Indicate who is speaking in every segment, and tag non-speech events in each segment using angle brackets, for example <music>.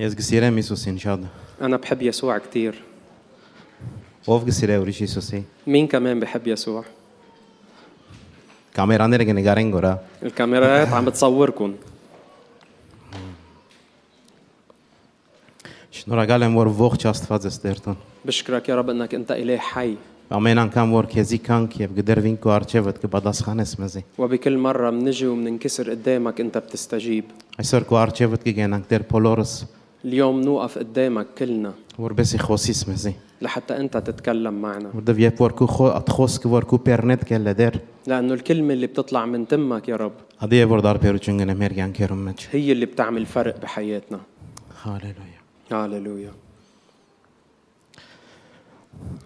Speaker 1: Ես գսիրեմ Հիսուսին շատ։
Speaker 2: أنا بحب يسوع كثير
Speaker 1: Ով գսիրե ուրիշ Հիսուսի։
Speaker 2: مين كمان بحب يسوع؟
Speaker 1: Կամերաները կնկարեն գորա։
Speaker 2: الكاميرات عم بتصوركم
Speaker 1: Շնորհակալ եմ որ ողջ Աստված ես դերտուն։
Speaker 2: بشكرك يا رب أنك أنت إله حي
Speaker 1: Ամեն անգամ որ քեզի կանք եւ գդերվին քո արջևդ կպատասխանես մեզի։
Speaker 2: وبكل مرة منجي ومننكسر قدامك أنت بتستجيب
Speaker 1: Այսօր քո արջևդ կգենանք դեր բոլորս,
Speaker 2: اليوم نوقف قدامك كلنا
Speaker 1: որբեսի խոսիս մեզի։
Speaker 2: لحتى أنت تتكلم معنا
Speaker 1: Որտեւ երբ որ քո խո- ատ խոսքը որ քո պերնետ կելը դեր,
Speaker 2: لأنه الكلمة اللي بتطلع من تمك يا رب
Speaker 1: ադի է որ դարբերություն գնա մեր յանքերում մեջ։
Speaker 2: هي اللي بتعمل فرق بحياتنا
Speaker 1: Հալելույա։
Speaker 2: هاليلويا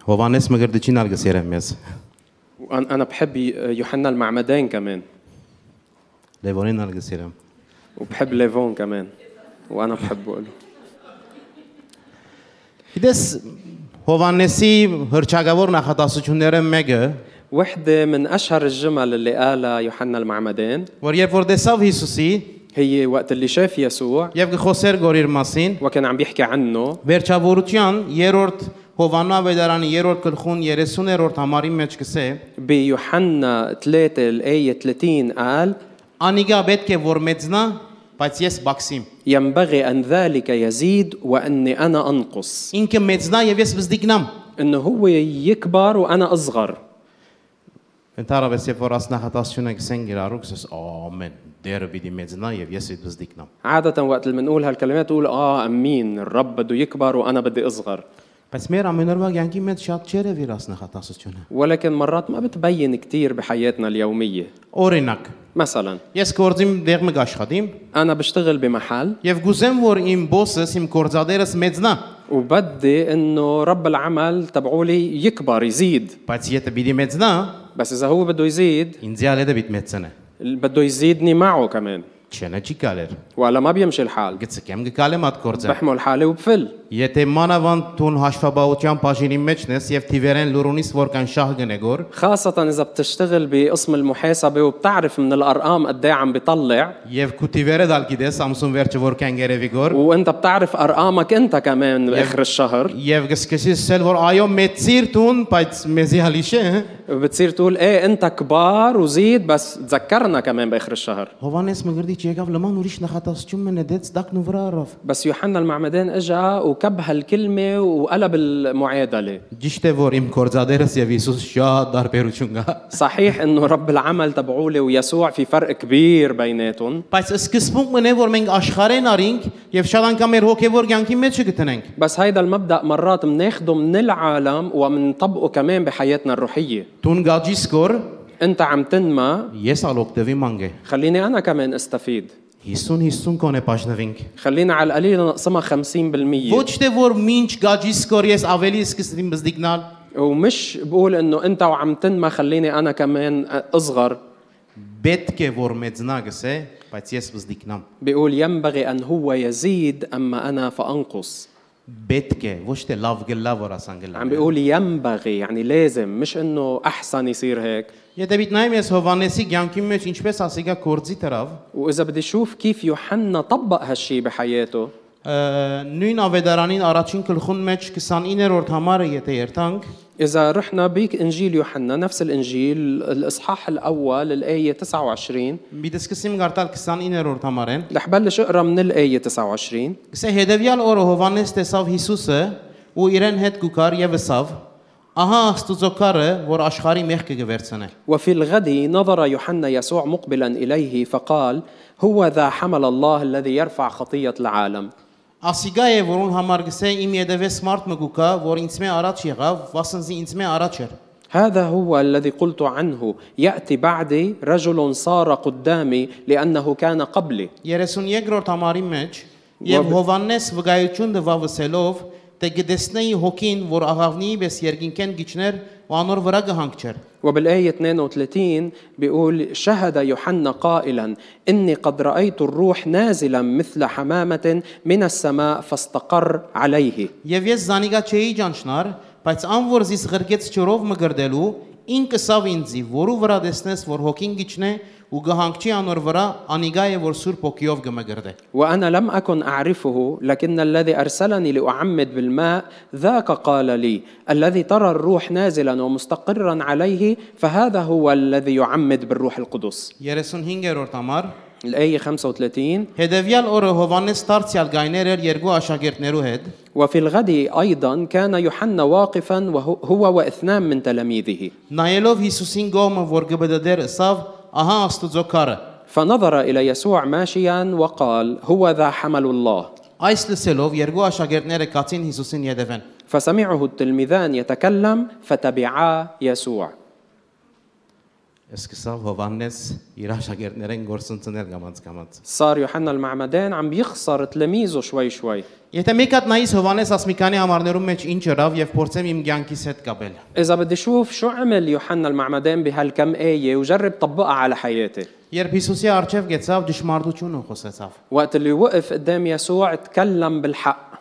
Speaker 1: Հովանես մգրդիչին ալ գսիրեմ ես։
Speaker 2: وأنا أنا بحب يوحنا المعمدان كمان
Speaker 1: Լևոնին ալ գսիրեմ։
Speaker 2: وبحب ليفون كمان وأنا بحبه له
Speaker 1: Գիտես Հովանեսի հրճակավոր նախատասությունները մեկը,
Speaker 2: وحدة من أشهر الجمل اللي قالها يوحنا المعمدان
Speaker 1: որ երբ որ տեսավ Հիսուսի
Speaker 2: هي وقت اللي شاف يسوع
Speaker 1: եւ գխոսեր գոր իր մասին,
Speaker 2: وكان عم بيحكي عنه
Speaker 1: վերջավորության 3-րդ Հովաննա Վեդարանի 3-րդ գլխուն 30-րդ համարի մեջ գսե,
Speaker 2: بيوحنا 3 الآية 30 قال
Speaker 1: «Անիգա պետք է որ մեծնա, բայց ես բաքսիմ»։
Speaker 2: ينبغي أن ذلك يزيد وأني أنا أنقص
Speaker 1: Ինքը մեծնա եւ ես վզդիկնամ։
Speaker 2: إنه هو يكبر وأنا أصغر
Speaker 1: Ընդհանրապես երբ որ ասնախատասությունը գսեն գիրառու գսես, «Ամեն, դերը պիտի մեծնա եւ ես պիտի վզդիկնամ»։
Speaker 2: عادة وقت اللي بنقول هالكلمات تقول آه أمين الرب بده يكبر وأنا بدي أصغر
Speaker 1: Բայց մեր ամենօրվա յանքի մեջ շատ չեր է իր ասնախատասությունը։
Speaker 2: ولكن مرات ما بتبين كتير بحياتنا اليومية
Speaker 1: Օրինակ,
Speaker 2: مثلا
Speaker 1: ես գործիմ դեղմ աշխատիմ
Speaker 2: أنا بشتغل بمحل
Speaker 1: եւ գուզեմ որ իմ բոսս, իմ գործադերս մեծնա,
Speaker 2: وبدي إنه رب العمل تبعولي يكبر يزيد
Speaker 1: բայց եթե պիտի մեծնա,
Speaker 2: بس إذا هو بده يزيد
Speaker 1: ինձ ալ եթե պիտի մեծնա։
Speaker 2: بده يزيدني معه كمان
Speaker 1: Չնա չի գալեր։
Speaker 2: ولا ما بيمشي الحال
Speaker 1: Գցկեմ գկալեմ այդ գործը։
Speaker 2: بحمل حالي وبفل
Speaker 1: Եթե մանավան տուն հաշվաբաության բաժինի մեջն ես եւ թիվերեն լուրունից որ կան շահ գնեգոր,
Speaker 2: خاصة إذا بتشتغل بقسم المحاسبة وبتعرف من الأرقام قد إيه عم بيطلع
Speaker 1: եւ քու թիվերը դալ գիտես ամսուն վերջը որ կան գերեվի գոր,
Speaker 2: وأنت بتعرف أرقامك أنت كمان بآخر الشهر
Speaker 1: եւ գսկսես սել որ այո մեծիր տուն, բայց մեզի հալիշե։ հը?
Speaker 2: بتصير تقول إيه أنت كبار وزيد بس تذكرنا كمان بآخر الشهر
Speaker 1: Հովանես Մգրդիչ եկավ լման ուրիշ նախատասություն մեն դեց դակն ու վրա առավ։
Speaker 2: بس يوحنا المعمدان اجا وكب هالكلمه وقلب المعادله
Speaker 1: Ճիշտ է որ իմ կորձադերս եւ Հիսուս շատ դարբերություն կա։
Speaker 2: صحيح انه رب العمل تبعولي ويسوع في فرق كبير بيناتهم
Speaker 1: Բայց սկզբում մնե որ մենք աշխարհեն արինք եւ շատ անգամ մեր հոգեվոր կյանքի մեջ չգտնենք։
Speaker 2: بس هيدا المبدا مرات مناخده من العالم ومنطبقه كمان بحياتنا الروحيه
Speaker 1: Տուն գաջի սկոր
Speaker 2: انت عم تنمى
Speaker 1: ես ալ օկտեվի մանգե։
Speaker 2: خليني انا كمان استفيد
Speaker 1: 50-50 կոնե բաշնվինք։
Speaker 2: خلينا على القليل نقسمها 50%
Speaker 1: Ոչ թե որ մինչ գաջի սկոր ես ավելի սկսեմ մզդիկնալ,
Speaker 2: ومش بقول انه انت وعم تنمى خليني انا كمان اصغر
Speaker 1: պետք է որ մեծնա գսե, բայց ես մզդիկնամ։
Speaker 2: بيقول ينبغي ان هو يزيد اما انا فانقص
Speaker 1: Պետք է ոչ թե լավ գլա որ ասան գլա։
Speaker 2: عم بيقول ينبغي يعني لازم مش انه احسن يصير هيك
Speaker 1: Եթե միտնայեմ ես Հովանեսի ցանկի մեջ ինչպես ասիկա կորձի դրավ,
Speaker 2: واذا بدي اشوف كيف يوحنا طبق هالشي بحياته
Speaker 1: ը, նույն ավետարանին առաջին գլխուն մեջ 29-րդ համարը եթե երթանք,
Speaker 2: اذا رحنا بيك انجيل يوحنا نفس الانجيل الاصحاح الاول الايه 29
Speaker 1: միտսկսիմ դե գարտալ 29-րդ համարեն,
Speaker 2: رح بلش اقرا من الايه 29
Speaker 1: գսե հետևյալ օրը Հովանես տեսավ Հիսուսը ու իրեն հետ գուկար եւ ասավ. Ահա Աստուծոքարը, որ աշխարհի մեղքը կվերցնե։
Speaker 2: وفي الغد نظر يوحنا يسوع مقبلا اليه فقال هو ذا حمل الله الذي يرفع خطيه العالم
Speaker 1: Ասիգա է որոն համար գսե իմ յետևես մարդ մգուկա, որ ինձ մե առաջ եղավ, վասնզի ինձ մե առաջ էր։
Speaker 2: هذا هو الذي قلت عنه ياتي بعدي رجل صار قدامي لانه كان قبلي
Speaker 1: 33-րդ համարի մեջ եւ Հովանես վկայություն դվավսելով թե գտեսնեի հոգին, որ աղավնի պես երկինքեն գիչներ ու անոր վրա կհանգչեր։
Speaker 2: وبالآية 32 بيقول شهد يوحنا قائلا إني قد رأيت الروح نازلا مثل حمامة من السماء فاستقر عليه
Speaker 1: Եվ ես զանիգա չէի ճանչնար, բայց ան որ զիս ղրկեց ճորով մգրդելու ինքս ավ ինձի, որու վրա դեսնես, որ հոգին գիչնե ու գահանքչի անոր վրա, անիգա է որ Սուրբ ոգիով գմգրդե։
Speaker 2: وأنا لم أكن أعرفه لكن الذي أرسلني لأعمد بالماء ذاك قال لي الذي ترى الروح نازلا ومستقرا عليه فهذا هو الذي يعمد بالروح القدس
Speaker 1: 35-րդ համար
Speaker 2: الآية 35
Speaker 1: Հետևյալ օրը Հովանես Ստարցիալ գայներ էր երկու աշակերտներու հետ,
Speaker 2: وفي الغد أيضا كان يوحنا واقفا وهو هو واثنان من تلاميذه
Speaker 1: նայելով Հիսուսին գոմը, որ գբդդեր ըսավ, ահա Աստուծո քարը։
Speaker 2: فنظر إلى يسوع ماشيا وقال هو ذا حمل الله
Speaker 1: Այս լսելով երկու աշակերտները կացին Հիսուսին յետևեն։
Speaker 2: فسمعه التلميذان يتكلم فتبعا يسوع
Speaker 1: Սկսավ Հովանես իր աշակերտներին գործընծնել գամած գամած։
Speaker 2: صار يوحنا المعمدان عم يخسر تلاميذه شوي شوي
Speaker 1: Եթե մեկ հատ նայիս Հովանես Ասմիկանի համարներու մեջ ինչ ըրավ եւ փորձեմ իմ ցանկիս հետ կապել։
Speaker 2: إذا بدي شوف شو عمل يوحنا المعمدان بهالكم آية وجرب طبقها على حياتي
Speaker 1: Երբ Հիսուսի արչեվ գեցավ ճշմարտությունը խոսեցավ։
Speaker 2: وقت اللي وقف قدام يسوع تكلم بالحق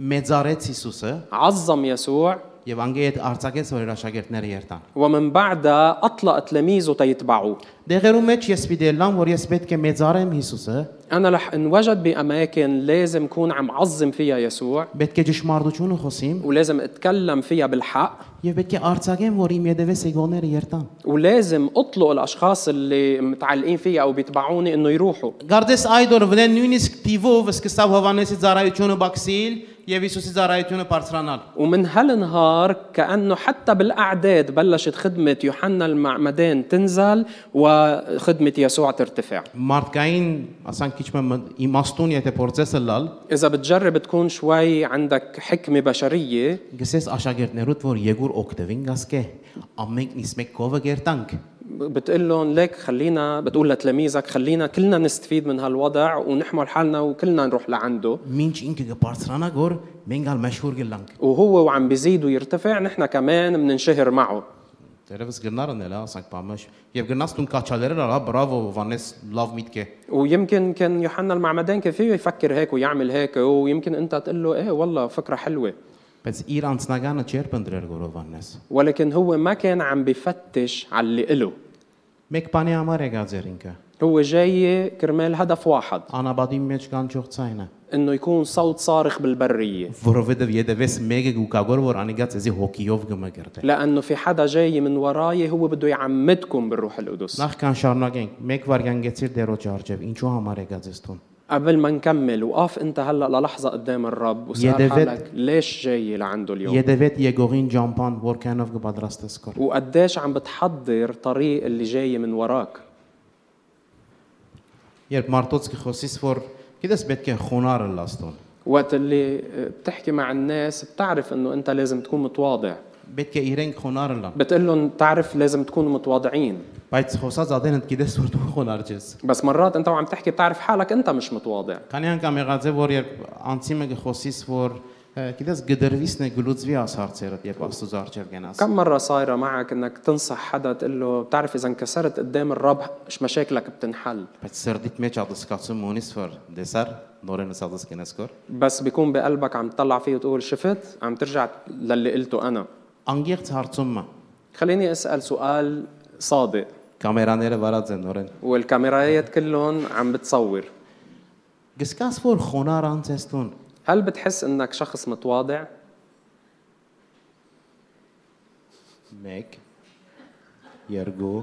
Speaker 1: Մեծարեց Հիսուսը
Speaker 2: عظم يسوع
Speaker 1: եւ անգե այդ արցակեց որ իր աշակերտները երտան։
Speaker 2: ومن بعدها أطلق تلاميذه تيتبعوه
Speaker 1: Դեղերու մեջ ես պիտի լամ որ ես պետք է մեծարեմ Հիսուսը,
Speaker 2: أنا رح انوجد بأماكن لازم كون عم عظم فيها يسوع
Speaker 1: պետք է ճշմարտությունը խոսիմ
Speaker 2: ولازم اتكلم فيها بالحق
Speaker 1: եւ պետք է արցակեմ որ իմ յետևես եկողները երտան։
Speaker 2: ولازم اطلق الاشخاص اللي متعلقين فيها او بيتبعوني انه يروحوا
Speaker 1: Գարդես այդ օրը վնեն նույնիսկ տիվով սկսավ Հովանեսի ծառայությունը բաքսիլ եւ Հիսուսի ծառայությունը բարձրանալ։
Speaker 2: ومن هالنهار كانه حتى بالاعداد بلشت خدمه يوحنا المعمدان تنزل وخدمه يسوع ترتفع
Speaker 1: Մարդկային, ասենք քիչ մը իմաստուն եթե փորձես լալ,
Speaker 2: اذا بتجرب تكون شوي عندك حكمه بشريه
Speaker 1: գսես աշակերտներուդ որ եգուր օկտեվին գասկե, ամենքն իսկ մեկ կովը գերտանք։
Speaker 2: بتقول لهم ليك خلينا بتقول لتلاميذك خلينا كلنا نستفيد من هالوضع ونحمل حالنا وكلنا نروح لعنده
Speaker 1: Մինչ ինքը կբարձրանա գոր, մենք ալ մաշհուր գլանք։
Speaker 2: وهو وعم بيزيد ويرتفع نحن كمان بننشهر معه
Speaker 1: Տերևս գնարն էլ, ասենք բամաշ, եւ գնաս տուն կաչալերը, հա բրավո Վանես, լավ միտք է։
Speaker 2: ويمكن كان يوحنا المعمدان كان فيه يفكر هيك ويعمل هيك ويمكن انت تقول له ايه والله فكره حلوه
Speaker 1: Բայց իր անձնականը չեր բնդրեր գոր Վանես։
Speaker 2: ولكن هو ما كان عم بفتش على اللي إله
Speaker 1: Մեկ բանի համար եկած էր ինքը։
Speaker 2: هو جاي كرمال هدف واحد
Speaker 1: Անաբադի մեջ կան ճող ցայնը,
Speaker 2: انه يكون صوت صارخ بالبريه
Speaker 1: որովհետեւ յետևես մեկը գուկագոր որ անիգած էսի հոկիով գմգրտե։
Speaker 2: لانه في حدا جاي من وراي هو بده يعمدكم بالروح القدس
Speaker 1: Նախքան շարունակենք, մեկ վարյան գեցիր դերոջ արջև, ինչու համար եկած ես տուն։
Speaker 2: قبل ما نكمل وقف انت هلا للحظه قدام الرب وسال
Speaker 1: يدفت.
Speaker 2: حالك ليش جاي لعنده اليوم
Speaker 1: Յետևետ եգողին ջամփան որքանով կպատրաստես կոր։
Speaker 2: وقديش عم بتحضر طريق اللي جاي من وراك
Speaker 1: Երբ մարդոց կխոսիս որ գիտես պետք է խոնարը լաստոն։
Speaker 2: وقت اللي بتحكي مع الناس بتعرف انه انت لازم تكون متواضع
Speaker 1: Պետք է իրենք խոնարը լան։
Speaker 2: بتقول لهم تعرف لازم تكونوا متواضعين
Speaker 1: Բայց խոսած ադենդ գիտես որ դու խոնար ես։
Speaker 2: بس مرات انت وعم تحكي بتعرف حالك انت مش متواضع
Speaker 1: Քանի անգամ եղած է որ երբ անցիմը կխոսիս որ հա, գիտես գդրվիսն է գլուծվի աս հարցերդ երբ աստուծո արջև գնաս։
Speaker 2: كم مرة صايرة معك انك تنصح حدا تقول له بتعرف اذا انكسرت قدام الرب ش- مشاكلك بتنحل
Speaker 1: Բայց սրդիտ մեջ ադսկացում ունիս որ դե դեսար նորեն ասած գնաս կոր։
Speaker 2: بس بيكون بقلبك عم تطلع فيه وتقول شفت عم ترجع للي قلته انا
Speaker 1: Անգերց հարցումը
Speaker 2: خليني اسأل سؤال صادق
Speaker 1: կամերաները վարած են նորեն։
Speaker 2: والكاميرايات كلهم عم بتصور
Speaker 1: Գսկաս որ խոնար անցես տուն։
Speaker 2: هل بتحس انك شخص متواضع؟ <laughs>
Speaker 1: 1 2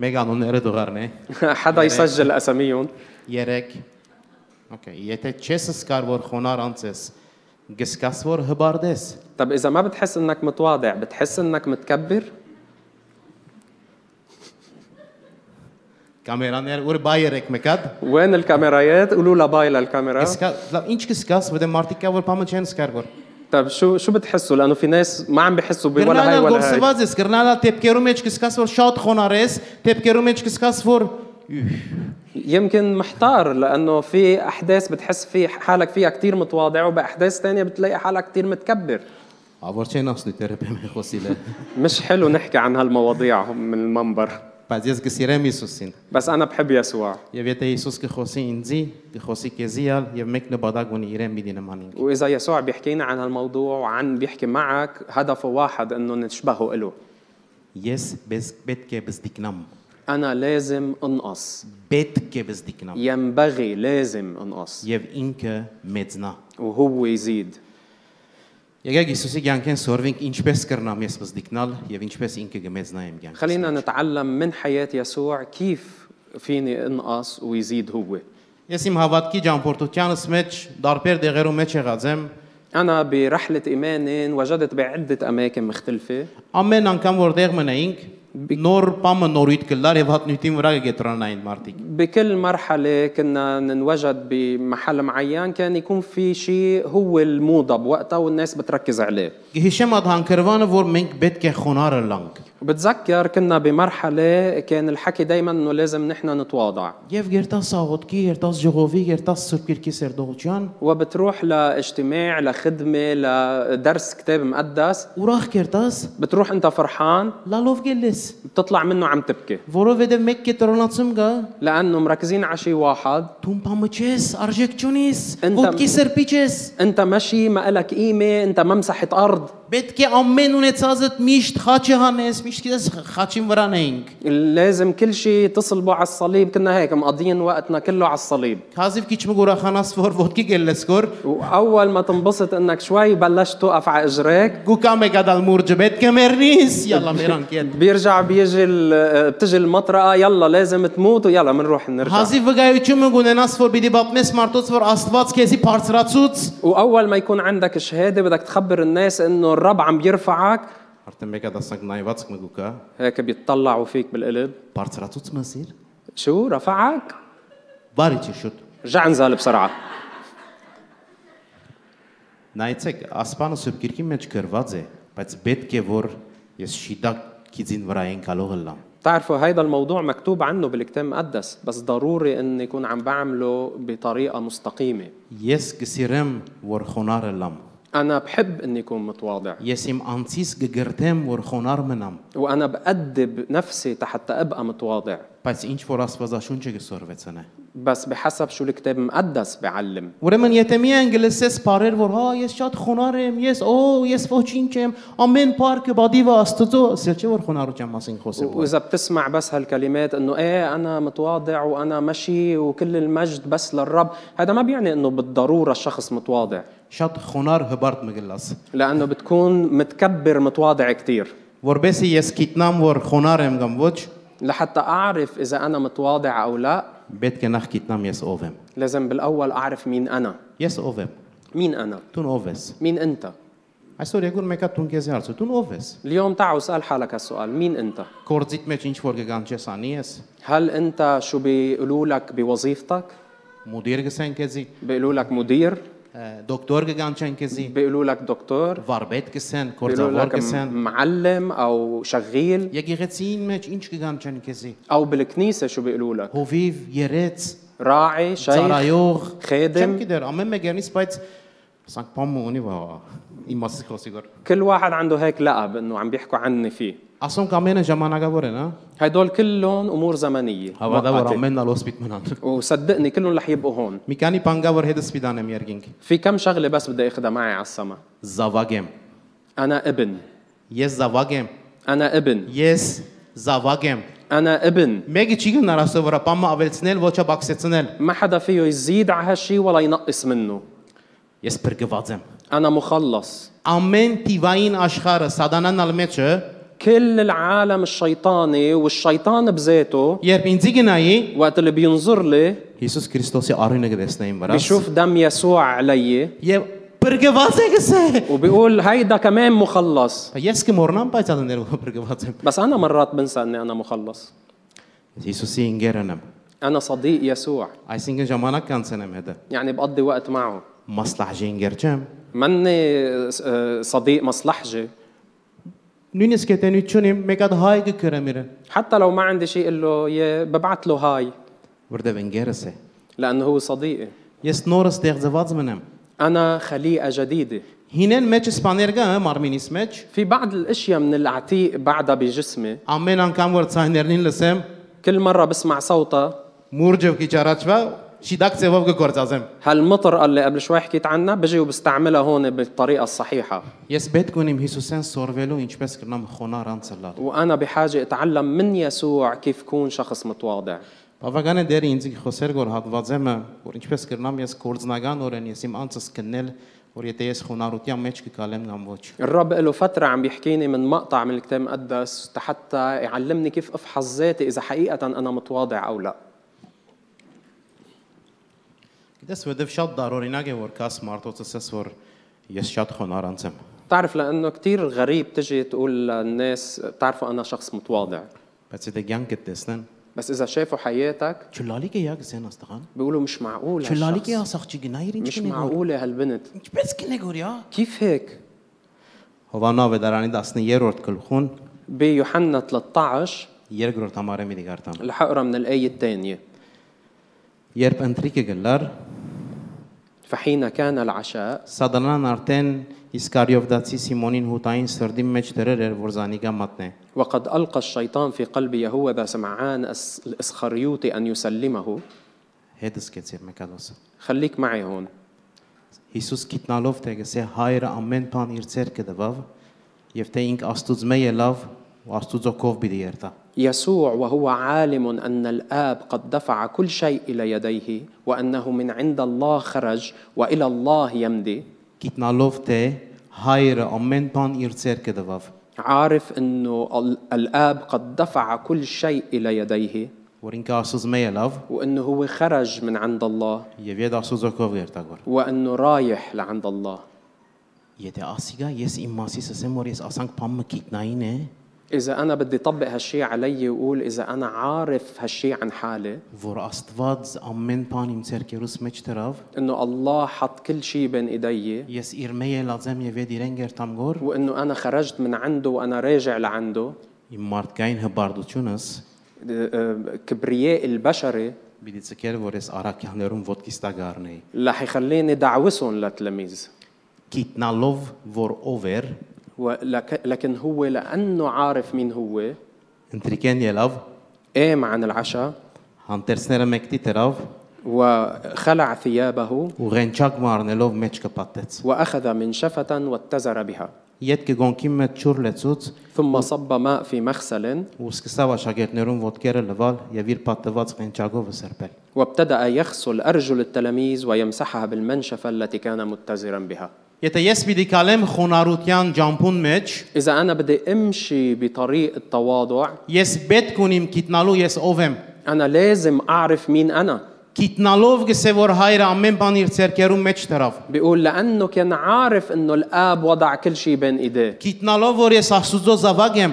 Speaker 1: մեկ անունները դողարն է
Speaker 2: حدا يسجل اساميهم
Speaker 1: 3 Okay, եթե չես սկար որ խոնար անցես, գսկաս որ հբարդես։
Speaker 2: طب إذا ما بتحس إنك متواضع بتحس إنك متكبر
Speaker 1: Կամերաներ ուր բայերեք մեկად։
Speaker 2: وين الكاميرايات قولوا لها باي للكاميرا
Speaker 1: Գսկա, լավ, ինչ գսկաս, որտե մարդիկ կա որ բամը չեն սկար որ։
Speaker 2: طب شو شو بتحسوا لأنه في ناس ما عم بحسوا بي ولا هاي
Speaker 1: Գրնալալ
Speaker 2: ولا هاي
Speaker 1: գործված ես, գրնալալ տեպկերու մեջ գսկաս որ շատ խոնար ես, տեպկերու մեջ գսկաس որ
Speaker 2: يمكن محتار لأنه في أحداث بتحس في حالك فيها كتير متواضع وبأحداث تانية بتلاقي حالك كتير متكبر
Speaker 1: Ավոր չեն ասնի թերապիա մի խոսիլը։
Speaker 2: مش حلو نحكي عن هالمواضيع من المنبر
Speaker 1: Բայց ես գսիրեմ Հիսուսին։
Speaker 2: بس أنا بحب يسوع
Speaker 1: Եվ եթե Հիսուս կխոսի ինձի, կխոսի քեզիալ եւ մեկ նպատակ ունի իրեն մի դինամանին։
Speaker 2: وإذا يسوع بيحكينا عن هالموضوع وعن بيحكي معك هدفه واحد إنه نشبهه إله
Speaker 1: ես բես պետք է բզդիկնամ
Speaker 2: أنا لازم أنقص
Speaker 1: պետք է բզդիկնամ
Speaker 2: ينبغي لازم أنقص
Speaker 1: եւ ինքը մեծնա
Speaker 2: وهو يزيد
Speaker 1: եկեք Հիսուսի ցանկեն սորվենք ինչպես կրնամ ես բզդիկնալ եւ ինչպես ինքը գմեծնա իմ ցանկը
Speaker 2: خلينا نتعلم من حياة يسوع كيف فيني أنقص ويزيد هو
Speaker 1: ես իմ հավատքի ճամփորդությանս մեջ դարբեր դեղերում մեջ եղած եմ
Speaker 2: أنا برحلة إيماني وجدت بعدة أماكن مختلفة
Speaker 1: ամեն անգամ որ դեղ մնայինք նոր պամը նորույթ կլար եւ հատնույթին վրա կգետրանային մարդիկ
Speaker 2: بكل مرحلة كنا ننوجد بمحل معين كان يكون في شيء هو الموضة بوقتها والناس بتركز عليه
Speaker 1: Գիհիշեմ այդ հանգրվանը, որ մենք պետք է խոնարը լանք։
Speaker 2: بتذكر كنا بمرحلة كان الحكي دايما انه لازم نحن نتواضع
Speaker 1: Եվ երտաս աղոտքի, երտաս ժողովի, երտաس Սուրբ Կիրքի Սերդողջան
Speaker 2: وبتروح لاجتماع لخدمة لدرس كتاب مقدس
Speaker 1: ուրախ կերտաս
Speaker 2: بتروح انت فرحان
Speaker 1: լալով գելես,
Speaker 2: بتطلع منه عم تبكي
Speaker 1: որովհետև մեկ կետրոնացում կա,
Speaker 2: لانه مركزين على شيء واحد
Speaker 1: դու փամճես, արժեք ճունիս,
Speaker 2: Ընտամ-
Speaker 1: ոտքի սրբիչես։
Speaker 2: انت ماشي ما لك قيمة انت ممسحة ارض
Speaker 1: Պետք է ամեն ունեցածդ միշտ խաչը հանես, միշտ կես խաչին վրան էինք։
Speaker 2: لازم كل شيء تصلبه على الصليب كنا هيك مقضيين وقتنا كله على الصليب
Speaker 1: Քազիվ քիչ մը գորախանաս որ ոտքի գելես կոր,
Speaker 2: واول ما تنبسط انك شوي بلشت توقف على اجريك
Speaker 1: գուկամ եկադալ մուրջը պետք է մեռնիս, յալլա մեռանք են։
Speaker 2: بيرجع بيجي ال- بتجي المطرقه يلا لازم تموت ويلا بنروح نرجع
Speaker 1: Հազի վկայությունը կունենաս, որ պիտի պատմես մարդոց, որ Աստված քեզի բարձրացուց։
Speaker 2: واول ما يكون عندك شهاده بدك تخبر الناس انه الرب عم بيرفعك
Speaker 1: Արդեն մեկը դասանք նայված մգուկա,
Speaker 2: هيك بيتطلعوا فيك بالقلب
Speaker 1: բարձրացուց մասիր։
Speaker 2: شو رفعك
Speaker 1: Բարի չի շուտ։
Speaker 2: رجع انزل بسرعه
Speaker 1: Նայեցեք, ասպանը Սուրբ Գիրքի մեջ գրված է, բայց պետք է որ ես շիդակ քիզին վրա են կարող լամ։
Speaker 2: بتعرفوا هيدا الموضوع مكتوب عنه بالكتاب المقدس بس ضروري اني يكون عم بعمله بطريقه مستقيمه
Speaker 1: Ես կսիրեմ, որ խոնարը լամ։
Speaker 2: انا بحب اني اكون متواضع
Speaker 1: Ես իմ անցից կգրտեմ, որ خونար մնամ,
Speaker 2: وانا بأدب نفسي حتى ابقى متواضع
Speaker 1: բայց ինչ որ Աստվածաշունչը կսորվեցնե։
Speaker 2: بس بحسب شو الكتاب المقدس بعلم
Speaker 1: Ուրեմն եթե մի անգլեսես բարեր որ հա ես շատ խոնար եմ, ես օ ես ոչինչ եմ, ամեն բարգը բադիվա Աստծո, ասել չէ որ խոնարության մասին խոսեմ։
Speaker 2: واذا بتسمع بس هالكلمات انه ايه انا متواضع وانا ماشي وكل المجد بس للرب هذا ما بيعني انه بالضروره الشخص متواضع
Speaker 1: Շատ խոնար հբարտ մը գլաս։
Speaker 2: لانه بتكون متكبر متواضع كثير
Speaker 1: Որբեսի ես գիտնամ որ խոնար եմ կամ ոչ,
Speaker 2: لحتى اعرف اذا انا متواضع او لا
Speaker 1: պետք է նախ գիտնամ ես ով եմ։
Speaker 2: لازم بالاول اعرف مين انا
Speaker 1: Ես ով եմ։
Speaker 2: مين انا
Speaker 1: Տուն ով ես։
Speaker 2: مين انت
Speaker 1: Այսօր եկուր մեկա տուն քեզ հարցը, տուն ով ես։
Speaker 2: اليوم تعوا اسال حالك هالسؤال مين انت
Speaker 1: Կորձիտ մեջ ինչ որ կգանչես անի ես,
Speaker 2: هل انت شو بيقولوا لك بوظيفتك
Speaker 1: մուդիր կսեն քեզի,
Speaker 2: بيقولوا لك مدير
Speaker 1: ը, դոկտոր կգանչեն քեզի,
Speaker 2: بيقولوا لك دكتور
Speaker 1: վարպետ կսեն,
Speaker 2: بيقولوا
Speaker 1: կորձավոր
Speaker 2: لك
Speaker 1: կսեն։
Speaker 2: معلم او شغيل
Speaker 1: Եկեղեցին մեջ ինչ կգանչեն քեզի։
Speaker 2: او بالكنيسه شو بيقولوا لك
Speaker 1: Հովիվ, երեց,
Speaker 2: راعي شيخ
Speaker 1: ծարայող,
Speaker 2: Խեդեմ։
Speaker 1: Չեմ գիտեր, ամեն մեկերից, բայց սանք պամը ունի վա։ Իմասի խոսիգոր։
Speaker 2: كل واحد عنده هيك لقب انه عم بيحكوا عني فيه
Speaker 1: Ասում կամենը ժամանակավոր են, հա։
Speaker 2: هدول كلهم امور زمنيه
Speaker 1: Հավատա որ
Speaker 2: مؤقتة.
Speaker 1: ամենն ալ հոսպիտ մնան։
Speaker 2: وصدقني كلهم رح يبقوا هون
Speaker 1: Մի քանի բանկա որ հետս պիտանեմ երկինք։
Speaker 2: في كم شغله بس بدي اخذها معي على السما
Speaker 1: Զավագեմ։
Speaker 2: انا ابن
Speaker 1: Ես զավագեմ։
Speaker 2: انا ابن
Speaker 1: Ես զավագեմ։
Speaker 2: انا ابن
Speaker 1: Մեկը չի գնարասը որ պամը ավելցնել, ոչը բաքսեցնել։
Speaker 2: ما حدا فيه يزيد على هالشي ولا ينقص منه
Speaker 1: Ես բրգված եմ։
Speaker 2: انا مخلص
Speaker 1: Ամեն տիվային աշխարը սադանան ալ մեջը,
Speaker 2: كل العالم الشيطاني والشيطان بذاته
Speaker 1: երբ ինձի գնայի,
Speaker 2: وقت اللي بينظر لي
Speaker 1: Հիսուս Քրիստոսի առինը կտեսնեին վրա։
Speaker 2: بيشوف دم يسوع علي
Speaker 1: Եվ բրգված է գսե։
Speaker 2: وبيقول هيدا كمان مخلص
Speaker 1: Ես կմոռնամ, բայց անդներ որ բրգված եմ։
Speaker 2: بس انا مرات بنسى اني انا مخلص
Speaker 1: Ես Հիսուսի ինգերն եմ։
Speaker 2: انا صديق يسوع
Speaker 1: Այսինքն ժամանակ կանցնեմ հետը։
Speaker 2: يعني بقضي وقت معه
Speaker 1: Մասլահժի ինգեր չեմ։
Speaker 2: مني آه، صديق مصلحجي
Speaker 1: Նույնիսկ եթե նույնչունի մեկ հատ հայ կգրեմ իրեն,
Speaker 2: حتى لو ما عندي شيء اقول له يا ببعت له هاي
Speaker 1: որտեվ ինգերս է։
Speaker 2: لانه هو صديقي
Speaker 1: Ես նորը ստեղծված մնամ։
Speaker 2: انا خليقه جديده
Speaker 1: Հինեն մեջ սպաներ կա հա, մարմինիս մեջ։
Speaker 2: في بعض الاشياء من العتيق بعدها بجسمي
Speaker 1: Ամեն անգամ որ ցայներնին լսեմ,
Speaker 2: كل مره بسمع صوتها
Speaker 1: մուրջով քիչ առաջվա și dacă ți-e văd գործազեմ։
Speaker 2: هالمطر اللي قبل شوي حكيت عنها بجي وبستعملها هون بالطريقه الصحيحه
Speaker 1: Ես պետք ունիմ Հիսուսեն սորվելու ինչպես կնամ խոնար անցնալ։
Speaker 2: وانا بحاجه اتعلم من يسوع كيف كون شخص متواضع
Speaker 1: Բավական է դեր ինձ խոսեր որ հատվածեմը, որ ինչպես կրնամ ես կորձնական օրեն ես իմ անձս կնել, որ եթե ես խոնարհության մեջ կգալեմ կամ ոչ։
Speaker 2: الرب له فترة عم بيحكيني من مقطع من الكتاب المقدس حتى يعلمني كيف افحص ذاتي اذا حقيقة انا متواضع او لا.
Speaker 1: Գիտես, որովհետև շատ դարօրինակ է որ կաս մարդոց ասես որ ես շատ խոնար անց եմ։
Speaker 2: بتعرف لانه كثير غريب تجي تقول للناس بتعرفوا انا شخص متواضع،
Speaker 1: Բայց եթե ցանկը տեսնեն,
Speaker 2: بس اذا شافوا حياتك
Speaker 1: չլալիկ է յակ զեն աստղան։
Speaker 2: بيقولوا مش معقول
Speaker 1: Չլալիկ է
Speaker 2: هالشخص،
Speaker 1: ասախ չգնայր ինչ
Speaker 2: مش
Speaker 1: կնեգոր։
Speaker 2: معقولة هالبنت،
Speaker 1: Ինչպես կնեգոր, յա։
Speaker 2: كيف هيك؟
Speaker 1: Հովաննա վեդարանի 13-րդ գլխուն
Speaker 2: بيوحنا 13
Speaker 1: երկրորդ համարը մի դարտան։
Speaker 2: الحقرة من الآية الثانية
Speaker 1: Երբ ընտրիկը գլար,
Speaker 2: فحين كان العشاء
Speaker 1: Սադանան արդեն Իսկարիովդացի Սիմոնին հուտային սրդի մեջ դրել էր, որ զանիգա մատնե։
Speaker 2: وقد ألقى الشيطان في قلب يهوذا سمعان الس- الإسخريوطي أن يسلمه
Speaker 1: Հետս կեցեր մեկալոսը։
Speaker 2: خليك معي هون
Speaker 1: Հիսուս գիտնալով թե գսե հայրը ամեն բան իր ցերկը դվավ, եւ թե ինք Աստուծո մեյ ելավ, ու Աստուծո կով բիդի երտա։
Speaker 2: يسوع وهو عالم أن الآب قد دفع كل شيء إلى يديه وأنه من عند الله خرج وإلى الله يمضي
Speaker 1: Գիտնալով թե հայրը ամեն բան իր ցերկը դվավ,
Speaker 2: عارف أنه ال- الآب قد دفع كل شيء إلى يديه
Speaker 1: որ ինքը Աստուծո մեյ ելավ
Speaker 2: وأنه هو خرج من عند الله
Speaker 1: եւ եդ Աստուծո կով երտա գոր։
Speaker 2: وأنه رايح لعند الله
Speaker 1: Եթե ասիգա ես իմ մասիս ասեմ, որ ես ասանք բան մը գիտնային է,
Speaker 2: إذا أنا بدي طبق هالشي علي وأقول إذا أنا عارف هالشي عن حالي
Speaker 1: որ Աստված ամեն բան իմ ցերկերուս մեջ դրավ,
Speaker 2: إنه الله حط كل شي بين إيدي
Speaker 1: ես իր մեյ ելածեմ եւ եդ իրեն երտամ գոր,
Speaker 2: وإنه أنا خرجت من عنده وأنا راجع لعنده آه،
Speaker 1: իմ մարդկային հբարդությունս
Speaker 2: كبرياء البشري
Speaker 1: բիդի ցկեր, որ ես արաքյաներում ոդկիս տա գառնեի։
Speaker 2: رح يخليني دعوسهم للتلاميذ
Speaker 1: գիտնալով որ ով էր
Speaker 2: ولك- لكن هو لأنه عارف مين هو
Speaker 1: ընտրիկեն ելավ
Speaker 2: قام عن العشاء
Speaker 1: հանդերձները մեկտի դրավ
Speaker 2: وخلع ثيابه
Speaker 1: ու ղենչակ մարնելով մեջ կպատեց
Speaker 2: وأخذ منشفة واتزر بها
Speaker 1: իդ կգոնքի մեջ ճուր լեցուց
Speaker 2: ثم صب ماء في مغسل
Speaker 1: ու սկսավ աշակերտներուն ոդկերը լվալ եւ իր պատված ղենչակով սրբել
Speaker 2: وابتدأ يغسل أرجل التلاميذ ويمسحها بالمنشفة التي كان متزرا بها
Speaker 1: եթե ես պիտի կալեմ խոնարհության ջամփուն մեջ
Speaker 2: إذا أنا بدي أمشي بطريق التواضع
Speaker 1: ես պետք ունիմ գիտնալու ես ով եմ
Speaker 2: أنا لازم أعرف مين أنا
Speaker 1: գիտնալով գսե որ հայրը ամեն բան իր ցերկերում մեջ դրավ
Speaker 2: بيقول لأنه كان عارف إنه الآب وضع كل شيء بين إيديه
Speaker 1: գիտնալով որ ես աստուծո զավակ եմ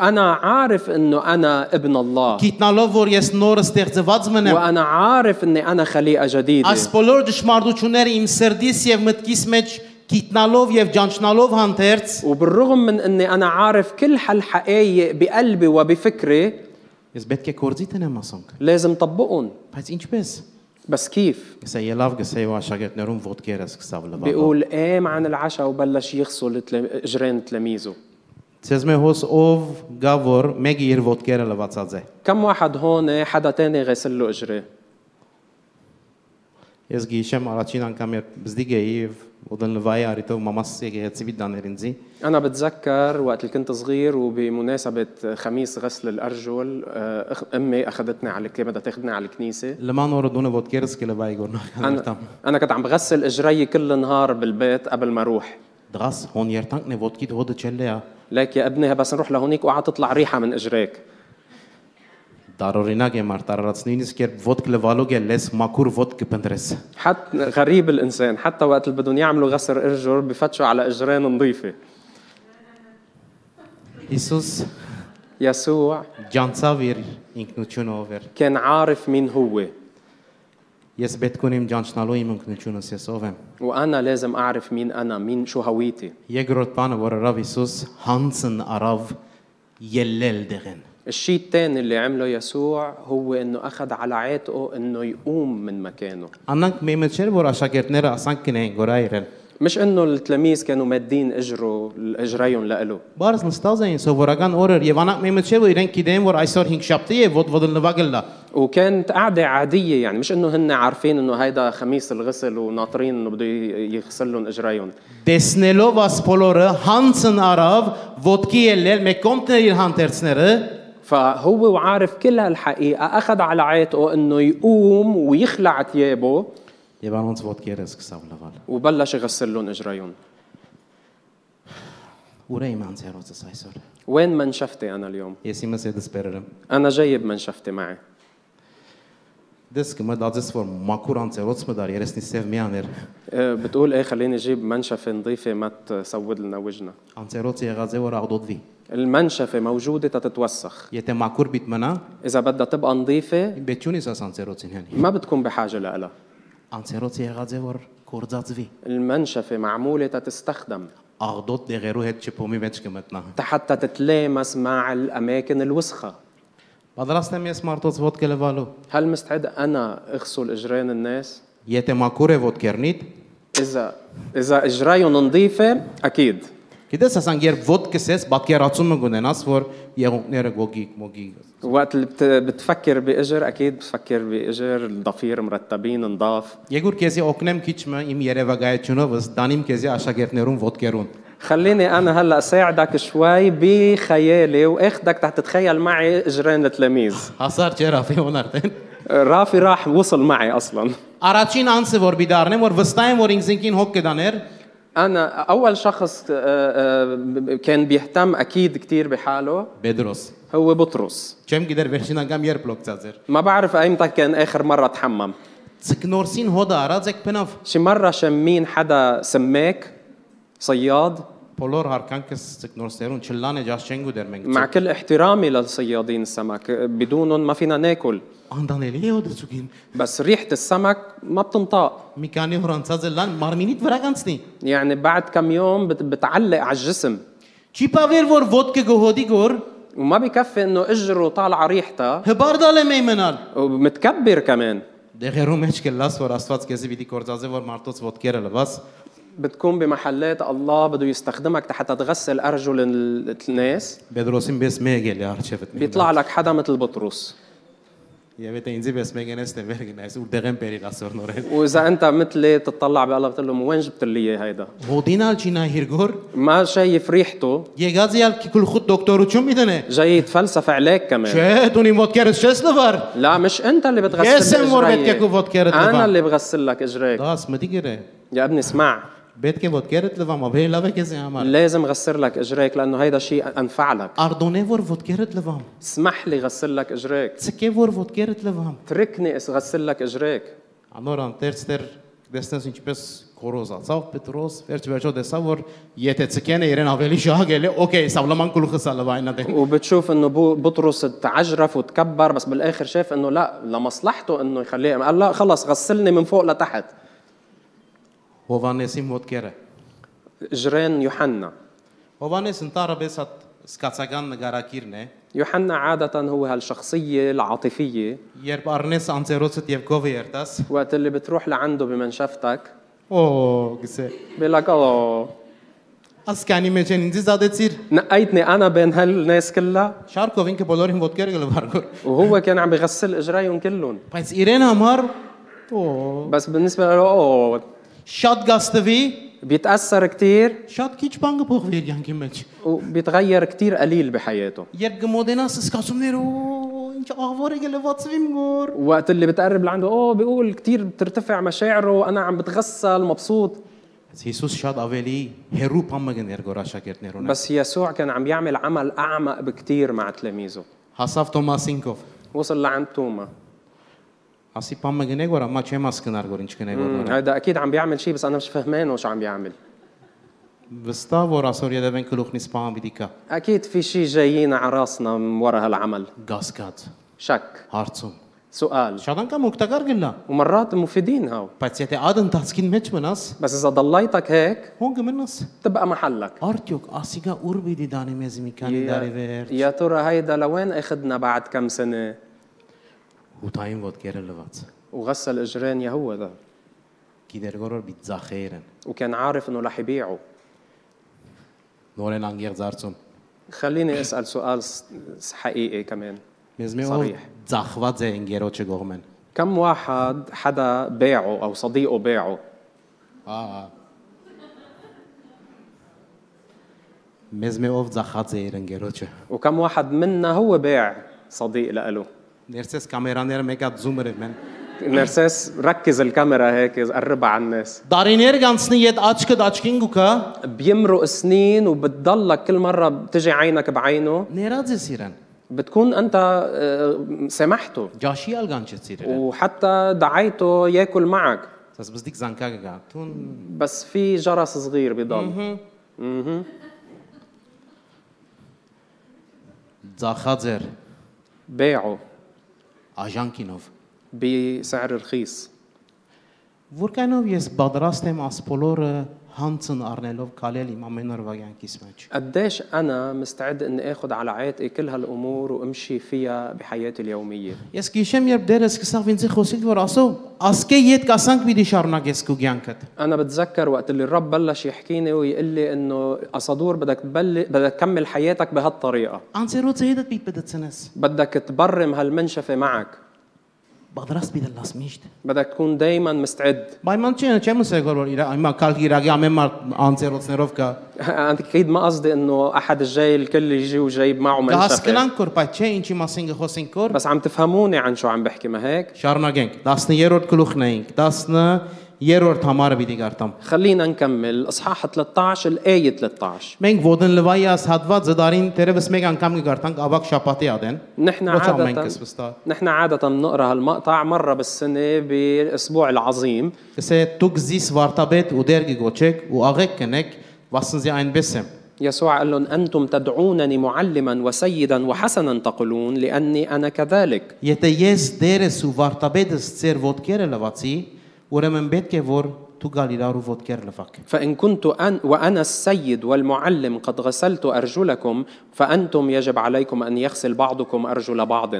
Speaker 2: أنا عارف إنه أنا ابن الله
Speaker 1: գիտնալով որ ես նոր ստեղծված մնեմ
Speaker 2: وأنا عارف إني أنا خليقة جديدة
Speaker 1: Այս բոլոր ճշմարտությունները իմ սրտիս եւ մտքիս մեջ գիտնալով եւ ճանչնալով հանդերձ
Speaker 2: وبالرغم من إني أنا عارف كل هالحقايق بقلبي وبفكري
Speaker 1: ես պետք է կորձի տնեմ ասոնք
Speaker 2: لازم طبقهم
Speaker 1: բայց ինչպես
Speaker 2: بس كيف؟
Speaker 1: ես ելավ գսեյ ու աշակերտներուն ոդկերը սկսավ լվալ
Speaker 2: بيقول قام عن العشاء وبلش يغسل تلم- جيران تلاميذه
Speaker 1: ցեզ մե հոս ով գավոր մեկը իր ոդկերը լվացած է
Speaker 2: كم واحد هون إيه حدا تاني غسل له اجريه
Speaker 1: ես գիշեմ առաջին անգամ երբ բզդիգ էի եւ ոդն լվայի արիտով մամաս եկեցի դաներինձի
Speaker 2: أنا بتذكر وقت اللي كنت صغير وبمناسبة خميس غسل الأرجل آه، أخ- أمي أخذتني على كان بدها تاخذني على الكنيسة
Speaker 1: լման օրը դունը ոդկերս կլվայի գորնա
Speaker 2: أنا أنا كنت عم بغسل إجري كل النهار بالبيت قبل ما أروح
Speaker 1: դրաս հոն երտանքն է ոդկիդ հոդը չելեա
Speaker 2: لك يا ابني بس نروح لهونيك وقعد تطلع ريحة من إجريك
Speaker 1: Դարօրինակ եմ արտարարած նույնիսկ երբ ոդկ լվալու գել լես մաքուր ոդկ կփնտրես։
Speaker 2: حتى غريب الإنسان حتى وقت اللي بدهم يعملوا غسل إرجل بفتشوا على إجرين نظيفة
Speaker 1: Հիսուս
Speaker 2: يسوع
Speaker 1: ջանցավ իր ինքնությունը ով էր։
Speaker 2: كان عارف مين هو
Speaker 1: Ես պետք ունեմ ջանչնալու իմ ինքնությունս ես ով եմ։
Speaker 2: وأنا لازم أعرف مين أنا مين شو هويتي
Speaker 1: Երկրորդ բանը, որ արավ Հիսուս հանցն արավ ելել դեղեն։
Speaker 2: الشيء الثاني اللي عمله يسوع هو انه اخذ على عاتقه انه يقوم من مكانه
Speaker 1: Անանք մեմը չէր որ աշակերտները ասանք կնեն գորա իրեն։
Speaker 2: مش انه التلاميذ كانوا مادين اجره اجريهم لإله
Speaker 1: Բարս նստած էին սովորական օրեր եւ անանք մեմը չէր որ իրենք գիտեն որ այսօր 5 շաբթի է ոդ ոդը նվագելա։
Speaker 2: وكانت قعدة عادية يعني مش انه هن عارفين انه هيدا خميس الغسل وناطرين انه بده يغسل لهم اجريهم
Speaker 1: Տեսնելով ասպոլորը հանցն արավ, ոտքի ելնել մեկ կոմտներ իր հանդերձները,
Speaker 2: فهو وعارف كل هالحقيقة أخذ على عاتقه إنه يقوم ويخلع ثيابه
Speaker 1: եւ անոնց ոտքերը սկսավ լվալ։
Speaker 2: وبلش يغسل لهم إجريهم
Speaker 1: Ուր է իմ անձերոցս այսօր։
Speaker 2: وين منشفتي أنا اليوم؟
Speaker 1: Ես իմս հետս բերերեմ։
Speaker 2: أنا جايب منشفتي معي
Speaker 1: Դες կմտածես որ մաքուր անձերոց մը դար երեսնի սև միաներ։
Speaker 2: أه، بتقول إيه خليني أجيب منشفة نظيفة ما تسود لنا وجهنا
Speaker 1: Անձերոցը եղած է որ աղդոտվի։
Speaker 2: المنشفة موجودة تتوسخ
Speaker 1: Եթե մաքուր բիտ մնա,
Speaker 2: إذا بدها تبقى نظيفة
Speaker 1: բեչունիս աս անձերոցին հանի։
Speaker 2: ما بتكون بحاجة لها
Speaker 1: Անձերոցը եղած է որ կորձածվի։
Speaker 2: المنشفة معمولة تتستخدم
Speaker 1: Աղդոտ դեղերու հետ չփոմի մեջ կմտնա։
Speaker 2: حتى تتلامس مع الأماكن الوسخة
Speaker 1: Պատրաստ եմ ես մարդոց ոտքը լվալու։
Speaker 2: هل مستعد أنا أغسل إجرين الناس؟
Speaker 1: Եթե մաքուր է ոտքերնիդ,
Speaker 2: إذا إذا إجريهم نظيفة أكيد
Speaker 1: գիտես ասան երբ ոտքս ես պատկերացումը կունենաս որ եղունքները գոգի մոգի։
Speaker 2: وقت اللي بت- بتفكر بإجر أكيد بتفكر بإجر الضفير مرتبين نضاف
Speaker 1: Եգուր քեզի օգնեմ քիչ մը իմ երևակայությունով ըստ դանիմ քեզի աշակերտներուն ոտքերուն։
Speaker 2: خليني أنا هلا ساعدك شوي بخيالي وآخدك تحت تتخيل معي إجرين التلاميذ
Speaker 1: Հասար ջերավի օնարտեն։
Speaker 2: رافي راح وصل معي أصلا
Speaker 1: Առաջին անձը որ մի դառնեմ, որ վստահ եմ որ ինքնին հոգ կդաներ,
Speaker 2: أنا أول شخص آه، آه، كان بيهتم أكيد كتير بحاله
Speaker 1: Պետրոս։
Speaker 2: هو بطرس
Speaker 1: Չեմ գիտեր վերջին անգամ երբ լոկցած էր։
Speaker 2: ما بعرف أيمتى كان آخر مرة تحمم
Speaker 1: Ցկնորսին հոդը արած եք փնավ։
Speaker 2: شي مرة شمين حدا سماك صياد
Speaker 1: Բոլոր հարկանքս ցկնորսերուն չլան է ճաշ չեն գուդեր մենք։
Speaker 2: مع كل احترامي للصيادين السمك بدونهم ما فينا ناكل
Speaker 1: Անդանելի է հոդը ցուկին։
Speaker 2: بس ريحة السمك ما بتنطاق
Speaker 1: Մի քանի օր անցած է լան մարմինիդ վրա կանցնի։
Speaker 2: يعني بعد كم يوم بت- بتعلق على الجسم
Speaker 1: Չի բավեր որ ոդկը գոհոդի գոր,
Speaker 2: وما بكفي انه اجره طالعه ريحتها
Speaker 1: հբարդալ եմ մենալ։
Speaker 2: ومتكبر كمان
Speaker 1: Դեղերու մեջ կլաս որ Աստված քեզի պիտի կործածե որ մարդոց ոդկերը լվաս։
Speaker 2: بتكون بمحلات الله بده يستخدمك حتى تغسل ارجل ال- الناس
Speaker 1: Պետրոսին բես մեկ էլի արչեվդ։
Speaker 2: بيطلع لك حدا مثل بطرس
Speaker 1: Եվ եթե ինձ բես մեկ ենես տվեր գնաս ու դեղեն բերիլ ասոր նորեն։
Speaker 2: واذا انت مثلي تطلع بالله بتقول له من وين جبت لي إياه هيدا
Speaker 1: Հոդինալ չինա հիրգոր
Speaker 2: ما شايف ريحته
Speaker 1: Եգազիալ քուլխուտ դոկտորություն միտենե։
Speaker 2: جاي يتفلسف عليك كمان
Speaker 1: Չէ, դու իմ ոտքերս չես լվար։
Speaker 2: لا مش انت اللي بتغسل
Speaker 1: يا سم وربتك
Speaker 2: إجريك.
Speaker 1: وفودكرت لبعض.
Speaker 2: انا اللي بغسل لك اجريك
Speaker 1: Դաս մտի գրե։
Speaker 2: يا ابني اسمع
Speaker 1: Պետք է ոտքերդ լվամ, ավելի լավ է քեզ համար։
Speaker 2: لازم غسل لك اجريك لانه هيدا شيء انفع لك
Speaker 1: Արդոնե որ ոտքերդ լվամ։
Speaker 2: اسمح لي غسل لك اجريك
Speaker 1: Ցկե որ ոտքերդ լվամ։
Speaker 2: تركني اغسل لك اجريك
Speaker 1: Անոր անտերստեր դեսնես ինչպես կորոզացավ Պետրոս, վերջ վերջո դեսա որ եթե ցկենը իրեն ավելի շահել է, օքեյ, սա դե։ լաման կուլխս ալվայնա դեն։
Speaker 2: وبتشوف انه بو- بطرس تعجرف وتكبر بس بالاخر شاف انه لا لمصلحته انه يخليه قال لا خلص غسلني من فوق لتحت
Speaker 1: Հովանեսին ոտքերը։
Speaker 2: اجرين يوحنا
Speaker 1: Հովանես ընդառաջ հատ սկացական նկարակիրն է։
Speaker 2: يوحنا عادة هو هالشخصية العاطفية
Speaker 1: Երբ առնես անձերոցդ եւ գովը երտաս,
Speaker 2: وقت اللي بتروح لعنده بمنشفتك
Speaker 1: օ, գսե։
Speaker 2: بيقول لك اوه
Speaker 1: Ասկանի մեջ են ինձ զադեցիր։
Speaker 2: نقيتني انا بين هالناس كلها
Speaker 1: Շարկով ինքը բոլորին ոտքերը գլվարգոր։
Speaker 2: وهو كان عم بغسل اجريهم كلهم
Speaker 1: Բայց իրեն համար օ,
Speaker 2: بس بالنسبه له اوه
Speaker 1: շատ գաստվի,
Speaker 2: بيتاثر كثير
Speaker 1: շատ քիչ բան կփոխվի իր յանքի մեջ։
Speaker 2: وبيتغير كثير قليل بحياته
Speaker 1: Երբ գմոդենաս սկացումներ օ, ինչ աղվորը գլվացվիմ գոր։
Speaker 2: وقت اللي بتقرب لعنده اوه بيقول كثير بترتفع مشاعره انا عم بتغسل مبسوط
Speaker 1: Բայց Հիսուս շատ ավելի հերու բամը գներ գոր աշակերտներուն։
Speaker 2: بس يسوع كان عم يعمل عمل اعمق بكثير مع تلاميذه
Speaker 1: Հասավ Թոմասինկով։
Speaker 2: وصل لعند توما
Speaker 1: Ասի բամը գնե գոր, ամա չեմ հասկնար գոր ինչ գնե գոր։
Speaker 2: مم، هيدا اكيد عم بيعمل شيء بس انا مش فهمانه شو عم بيعمل
Speaker 1: Վստահ որ ասոր յետևեն գլուխնի սպան պիտի կա։
Speaker 2: اكيد في شيء جايين على راسنا من ورا هالعمل
Speaker 1: Գասկած
Speaker 2: شك
Speaker 1: հարցում։
Speaker 2: سؤال
Speaker 1: Շատ անգամ օգտակար գնա,
Speaker 2: ومرات مفيدين هاو
Speaker 1: բայց եթե ադընթացքին մեջ մնաս,
Speaker 2: بس اذا ضليتك هيك
Speaker 1: հոն գմնաս։
Speaker 2: تبقى محلك
Speaker 1: Արդյոք ասիգա ուր պիտի դանի մեզ մի քանի դարի վեր։
Speaker 2: يا ترى هيدا لوين اخذنا بعد كم سنه
Speaker 1: Հուտային ոդկերը լված։
Speaker 2: وغسل اجرين يهوذا
Speaker 1: Գիտեր գորոր մի ծախերն։
Speaker 2: وكان عارف انه رح يبيعه
Speaker 1: Նորեն անգերձ արծում։
Speaker 2: خليني اسال سؤال س- حقيقي كمان
Speaker 1: Մեզմե ով
Speaker 2: Սարի է։
Speaker 1: ծախված է ընկերոջը գողմեն։
Speaker 2: كم واحد حدا باعه او صديقه باعه
Speaker 1: Ահա։ Մեզմե ով ծախած է իր ընկերոջը։
Speaker 2: وكم واحد منا هو باع صديق لإله
Speaker 1: Ներսես կամերաները մեկա զումը մեն։
Speaker 2: نرسيس ركز الكاميرا هيك قربها على الناس
Speaker 1: Դարիներ կանցնի այդ աչքը դաչքին գուկա։
Speaker 2: بيمرق سنين وبتضلك كل مرة بتجي عينك بعينه
Speaker 1: Ներածես իրեն։
Speaker 2: بتكون أنت آه، سامحته
Speaker 1: Ջաշի ալգանչեց իրեն։
Speaker 2: وحتى دعيته ياكل معك
Speaker 1: Սա զբզդիկ զանկա գա։ Տուն
Speaker 2: بس في جرس صغير بضل
Speaker 1: ծախած էր
Speaker 2: باعه
Speaker 1: աժանկինով։
Speaker 2: بسعر رخيص
Speaker 1: Որքանով ես պատրաստ եմ ասպոլորը հանցն առնելով քալել իմ ամենօրվա կյանքիս մեջ։
Speaker 2: قديش أنا مستعد إني آخد على عاتقي كل هالأمور وأمشي فيها بحياتي اليومية
Speaker 1: Ես գիշեմ երբ դերը սկսավ ինձ խոսիլ որ ասո ասկե իդ կասանք մի դիշառնակես քու կյանքդ։
Speaker 2: أنا بتذكر وقت اللي الرب بلش يحكيني ويقول لي إنه أصدور بدك تبلي بدك تكمل حياتك بهالطريقة
Speaker 1: Անցերոց հետ պիտ պետցնես։
Speaker 2: بدك تبرم هالمنشفة معك
Speaker 1: Պատրաստ պիտի լաս միշտ։
Speaker 2: بدك تكون دايما مستعد <laughs>
Speaker 1: Պայման չեմ չեմ ասել որ իրա այմա քալ իրագի ամեն մար անցերոցներով կա։
Speaker 2: انا اكيد ما قصدي انه احد الجاي الكل يجي وجايب معه منشفه
Speaker 1: Գահսկրանք որ բայ չէ ինչի մասին գխոսենք որ
Speaker 2: بس عم تفهموني عن شو عم بحكي ما هيك
Speaker 1: շարունակենք 13-րդ գլուխն էինք 10-րդ համարը պիտի գարտամ։
Speaker 2: خلينا نكمل اصحاح 13 الايه 13
Speaker 1: Մենք ոդեն լվայաս հատվածը դարին դերևս մեկ անգամ կգարտանք ավակ շապատի ադեն։
Speaker 2: نحن
Speaker 1: Ոչ
Speaker 2: عادة
Speaker 1: ամեն կս վստա։
Speaker 2: نحن عادة بنقرا هالمقطع مرة بالسنة بالأسبوع العظيم
Speaker 1: Կսե դուք զիս վարտաբետ ու դեր գոչեք ու աղեք կնեք վասնզի այնպես եմ։
Speaker 2: يسوع قال لهم أنتم تدعونني معلما وسيدا وحسنا تقولون لأني أنا كذلك
Speaker 1: Եթե ես դերս ու վարտաբետս ծեր ոդկերը լվացի, ուրեմն պետք է որ դու գալ իրար ու ոդկեր լվակ։
Speaker 2: فإن كنت أن وأنا السيد والمعلم قد غسلت أرجلكم فأنتم يجب عليكم أن يغسل بعضكم أرجل بعض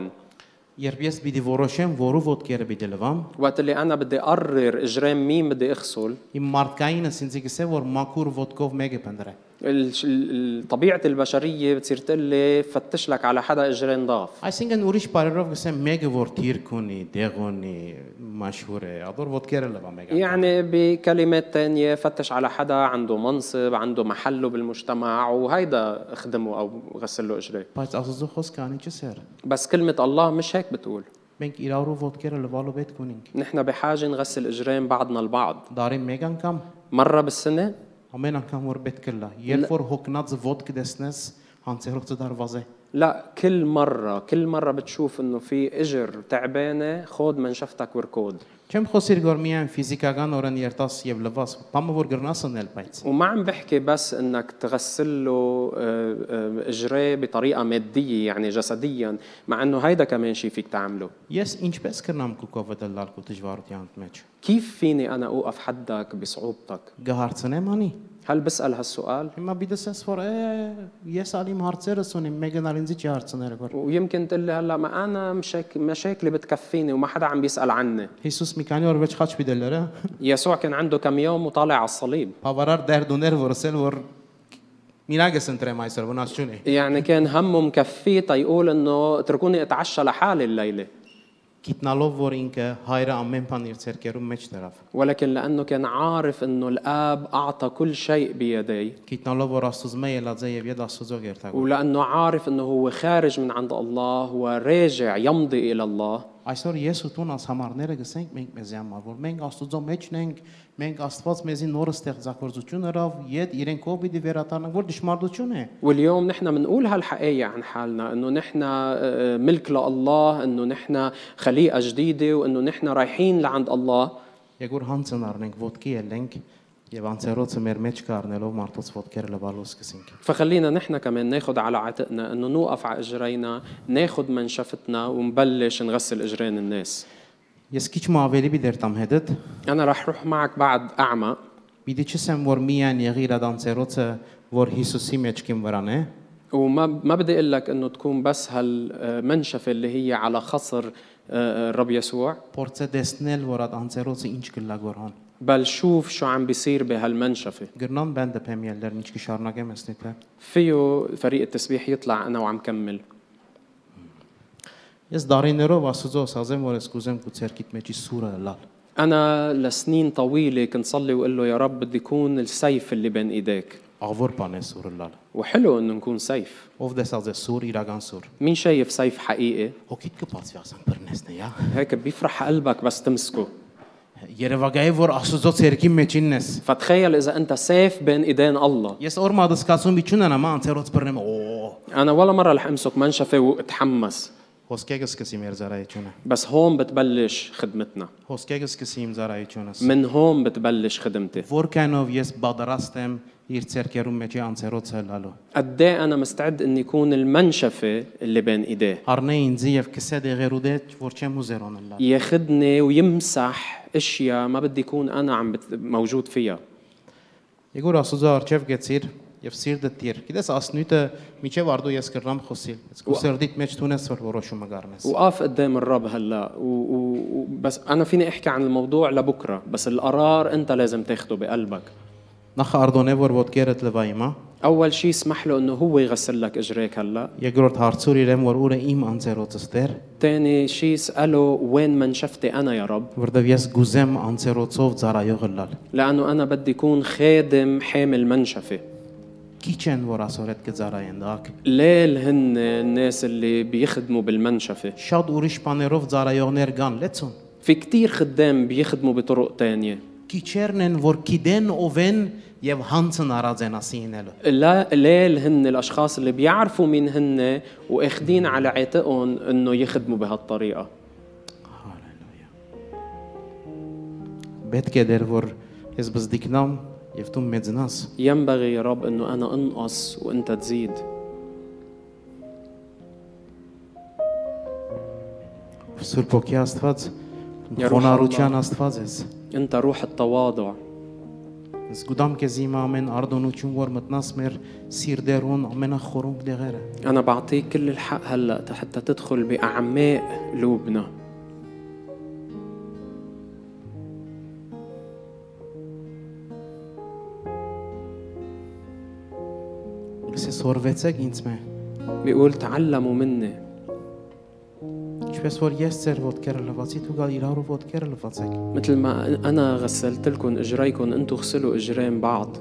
Speaker 1: Երբ ես պիտի որոշեմ, որու ոդկերը պիտի լվամ,
Speaker 2: وقت اللي أنا بدي أقرر إجرام مين بدي أغسل
Speaker 1: իմ մարդկայինս ինձ կսե որ մաքուր ոդկով մեկը բնդրե։
Speaker 2: الش- ال- طبيعة البشرية بتصير تقلي فتش لك على حدا إجرين ضاف
Speaker 1: Այսինքն ուրիշ բարերով կսեմ մեկը որ թիրք ունի, դեղ ունի, մաշհուր է, ադոր ոդկերը լվա մեկը։
Speaker 2: يعني بكلمات تانية فتش على حدا عنده منصب عنده محله بالمجتمع وهيدا اخدمه أو غسل له إجريه
Speaker 1: Բայց Աստծո խոսքը անի չսեր։
Speaker 2: بس كلمة الله مش هيك بتقول
Speaker 1: Մենք իրարու ոդկերը լվալու պետք ունենք։
Speaker 2: نحن بحاجة نغسل إجرين بعضنا البعض
Speaker 1: Դարի մեկ անգամ,
Speaker 2: مرة بالسنة
Speaker 1: ամեն անգամ որ պետք է լա։ Երբ որ հոգնած ոդկ դեսնես, հանցերով ծդարվազե։
Speaker 2: لا كل مرة كل مرة بتشوف انه في اجر تعبانة خود منشفتك وركود
Speaker 1: Չեմ խոսիր որ միայն ֆիզիկական օրեն երտաս եւ լվաս, բամը որ գրնասն էլ բայց։
Speaker 2: وما عم بحكي بس انك تغسل له آه، آه، اجريه بطريقة مادية يعني جسديا مع انه هيدا كمان شيء فيك تعمله
Speaker 1: Ես ինչպես կնամ կուկովը լալ կու դժվարության մեջ։
Speaker 2: كيف فيني انا اوقف حدك بصعوبتك
Speaker 1: Գահարցնեմ անի։
Speaker 2: هل بسأل هالسؤال
Speaker 1: Հիմա բիդեսես որ է ես ալիմ հարցերս ունիմ, մեկն ալ ինձի չի հարցները որ։
Speaker 2: ويمكن تقول لي هلا ما انا مشاك... مشاكلي بتكفيني وما حدا عم بيسأل عني
Speaker 1: Հիսուս մի քանի օր վեճ խաչ <laughs> բիդելերը,
Speaker 2: يسوع كان عنده كم يوم وطالع على الصليب
Speaker 1: բավարար դերդուներ որսել որ մինագես ընտրեմ այսօր վնաս չունի։
Speaker 2: يعني كان همه مكفيه تيقول انه اتركوني اتعشى لحالي الليله
Speaker 1: գիտնալով որ ինքը հայրը ամեն բան իր ցերկերում մեջ դրավ
Speaker 2: ولكن لانه كان عارف انه الاب اعطى كل شيء بيدي
Speaker 1: գիտնալով որ աստուծմե ելածե եւ եդ աստուծո գերտակ
Speaker 2: ولانه عارف انه هو خارج من عند الله هو راجع يمضي الى الله
Speaker 1: այսօր ես ու տուն աս համարները գսենք մենք մեզ համար որ մենք աստուծո մեջն ենք մենք աստված մեզի նորը ստեղծագործություն հրավ եդ իրենք ով պիտի վերադառնանք որ դժմարտություն է
Speaker 2: واليوم نحن بنقول هالحقيقة عن حالنا انه نحن آه، ملك لله انه نحن خليقة جديدة وانه نحن رايحين لعند الله
Speaker 1: եկ որ հանցն առնենք ոդկի ելենք եւ անցերոցը մեր մեջ կառնելով մարդոց ոդկերը լվալու սկսենք
Speaker 2: فخلينا نحن كمان ناخد على عاتقنا انه نوقف على اجرينا ناخد منشفتنا ونبلش نغسل اجرين الناس
Speaker 1: ես քիչ մա ավելի պիտի դերտամ հետդ
Speaker 2: انا رح روح معك بعد اعمق
Speaker 1: պիտի չսեմ որ միայն եղիր ադանցերոցը որ Հիսուսի մեջքին վրան է
Speaker 2: وما ما بدي اقول لك انه تكون بس هالمنشفه اللي هي على خصر آه، الرب يسوع
Speaker 1: փորձե դեսնել որ այդ անցերոցը ինչ գլագորան
Speaker 2: بل شوف شو عم بيصير بهالمنشفه
Speaker 1: գրնան բանդը պեմիելներ ինչ կշարնակեմ ասնի թե
Speaker 2: فيه فريق التسبيح يطلع انا وعم كمل
Speaker 1: Ես դարիներով Աստծո ասեմ, որ ես կուզեմ քո ցերկիտ մեջի սուրը լալ։
Speaker 2: أنا لسنين طويلة كنت صلي وأقول له يا رب بدي يكون السيف اللي بين إيديك
Speaker 1: Ավոր բան է սուրը լալ։
Speaker 2: وحلو إنه نكون سيف
Speaker 1: Ով դեսած է սուր, իրական սուր։
Speaker 2: مين شايف سيف حقيقي
Speaker 1: Հոգիդ կբացի ասան բռնեսն է, հա։
Speaker 2: هيك بيفرح قلبك بس تمسكه
Speaker 1: Երևակայի որ Աստծո ցերկի մեջինն ես։
Speaker 2: فتخيل إذا أنت سيف بين إيدين الله
Speaker 1: Ես օր մադսկացում իջուն անամ, անցերոց բռնեմ։ Օ՜,
Speaker 2: أنا ولا مرة رح أمسك منشفة وأتحمس
Speaker 1: հոսքեգս սկսի մեր զարայությունը։
Speaker 2: بس هون بتبلش خدمتنا
Speaker 1: Հոսքեգս սկսի իմ զարայությունս։
Speaker 2: من هون بتبلش خدمتي
Speaker 1: Որքանով ես պատրաստ եմ իր ցերկերում մեջի անցերոցը լալու։
Speaker 2: قد ايه انا مستعد اني اكون المنشفه اللي بين ايديه
Speaker 1: Արնե ինձ եւ քսե դեղերուդեջ որ չեմ ուզերոն լալ։
Speaker 2: ياخدني ويمسح اشياء ما بدي اكون انا عم بت- موجود فيها
Speaker 1: Եգոր ասուզա արջև գեցիր եւ սիրտը դիր։ Գիտես ասնույթը միջև արդու ես կռամ խոսիլ։ Իսկ ու սրդիդ մեջ տունես որ որոշումը կառնես։
Speaker 2: وقاف قدام الرب هلا و... و... و... بس انا فيني احكي عن الموضوع لبكره بس القرار انت لازم تاخده بقلبك
Speaker 1: Նախ արդոնե որ ոդկերդ լվա իմա։
Speaker 2: اول شيء اسمح له انه هو يغسل لك اجريك هلا
Speaker 1: Երկրորդ հարցուր իրեմ որ ուրը իմ անցերոցս դեր,
Speaker 2: ثاني شيء اساله وين منشفتي انا يا رب
Speaker 1: որտեվ ես գուզեմ անցերոցով ծարայողը լալ։
Speaker 2: لانه انا بدي اكون خادم حامل منشفه
Speaker 1: Քիչ են որ ասոր այդ կծարայեն դակ։
Speaker 2: ليل هن الناس اللي بيخدموا بالمنشفه
Speaker 1: Շատ ուրիշ բաներով ծարայողներ կան, լեցուն։
Speaker 2: في كتير خدام بيخدموا بطرق تانية
Speaker 1: Քիչերն են որ գիտեն ով են եւ հանցն առած են ասինելու։
Speaker 2: لا قليل هن الاشخاص اللي بيعرفوا مين هن واخدين على عاتقهم انه يخدموا بهالطريقه
Speaker 1: Հալելույա։ Պետք է դեր որ ես բզդիկնամ եւ դու մեծնաս։
Speaker 2: ينبغي يا رب انه انا انقص وانت تزيد
Speaker 1: Սուրբ ոգի Աստված,
Speaker 2: Երուսաղեմ։
Speaker 1: խոնարհության Աստված ես։
Speaker 2: انت روح التواضع
Speaker 1: Ես գուտամ քեզ իմ ամեն արդոնություն որ մտնաս մեր սիրտերուն ամենախորունգ դեղերը։
Speaker 2: انا بعطيك كل الحق هلا حتى تدخل باعماق قلوبنا
Speaker 1: Ես ես սորվեցեք ինձ մե։
Speaker 2: بيقول تعلموا مني
Speaker 1: Ինչպես որ ես ծեր ոդկերը լվացի, դու գալ իրար ու ոդկերը լվացեք։
Speaker 2: مثل ما انا غسلت لكم اجريكم انتم غسلوا اجرين بعض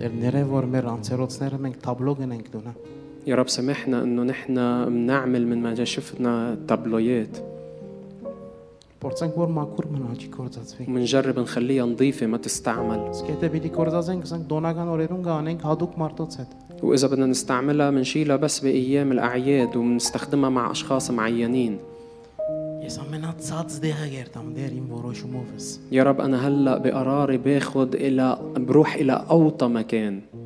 Speaker 1: Դեր ներև որ մեր անցերոցները մենք տաբլո գնենք դունա։
Speaker 2: يا رب سامحنا انه نحن بنعمل من ما شفنا تابلويات
Speaker 1: Փորձենք որ մաքուր մնաճի կորցածվի։
Speaker 2: ومنجرب نخليها نظيفة ما تستعمل
Speaker 1: Սկետը պիտի կորցածենք, ասենք դոնական օրերուն կանենք հadoop մարտոց հետ։
Speaker 2: وإذا بدنا نستعملها منشيلها بس بأيام الأعياد ومنستخدمها مع أشخاص معينين
Speaker 1: Ես ամենածած դեղը երտամ դեր իմ որոշումովս։
Speaker 2: يا رب أنا هلأ بقراري باخد إلى بروح إلى أوطى مكان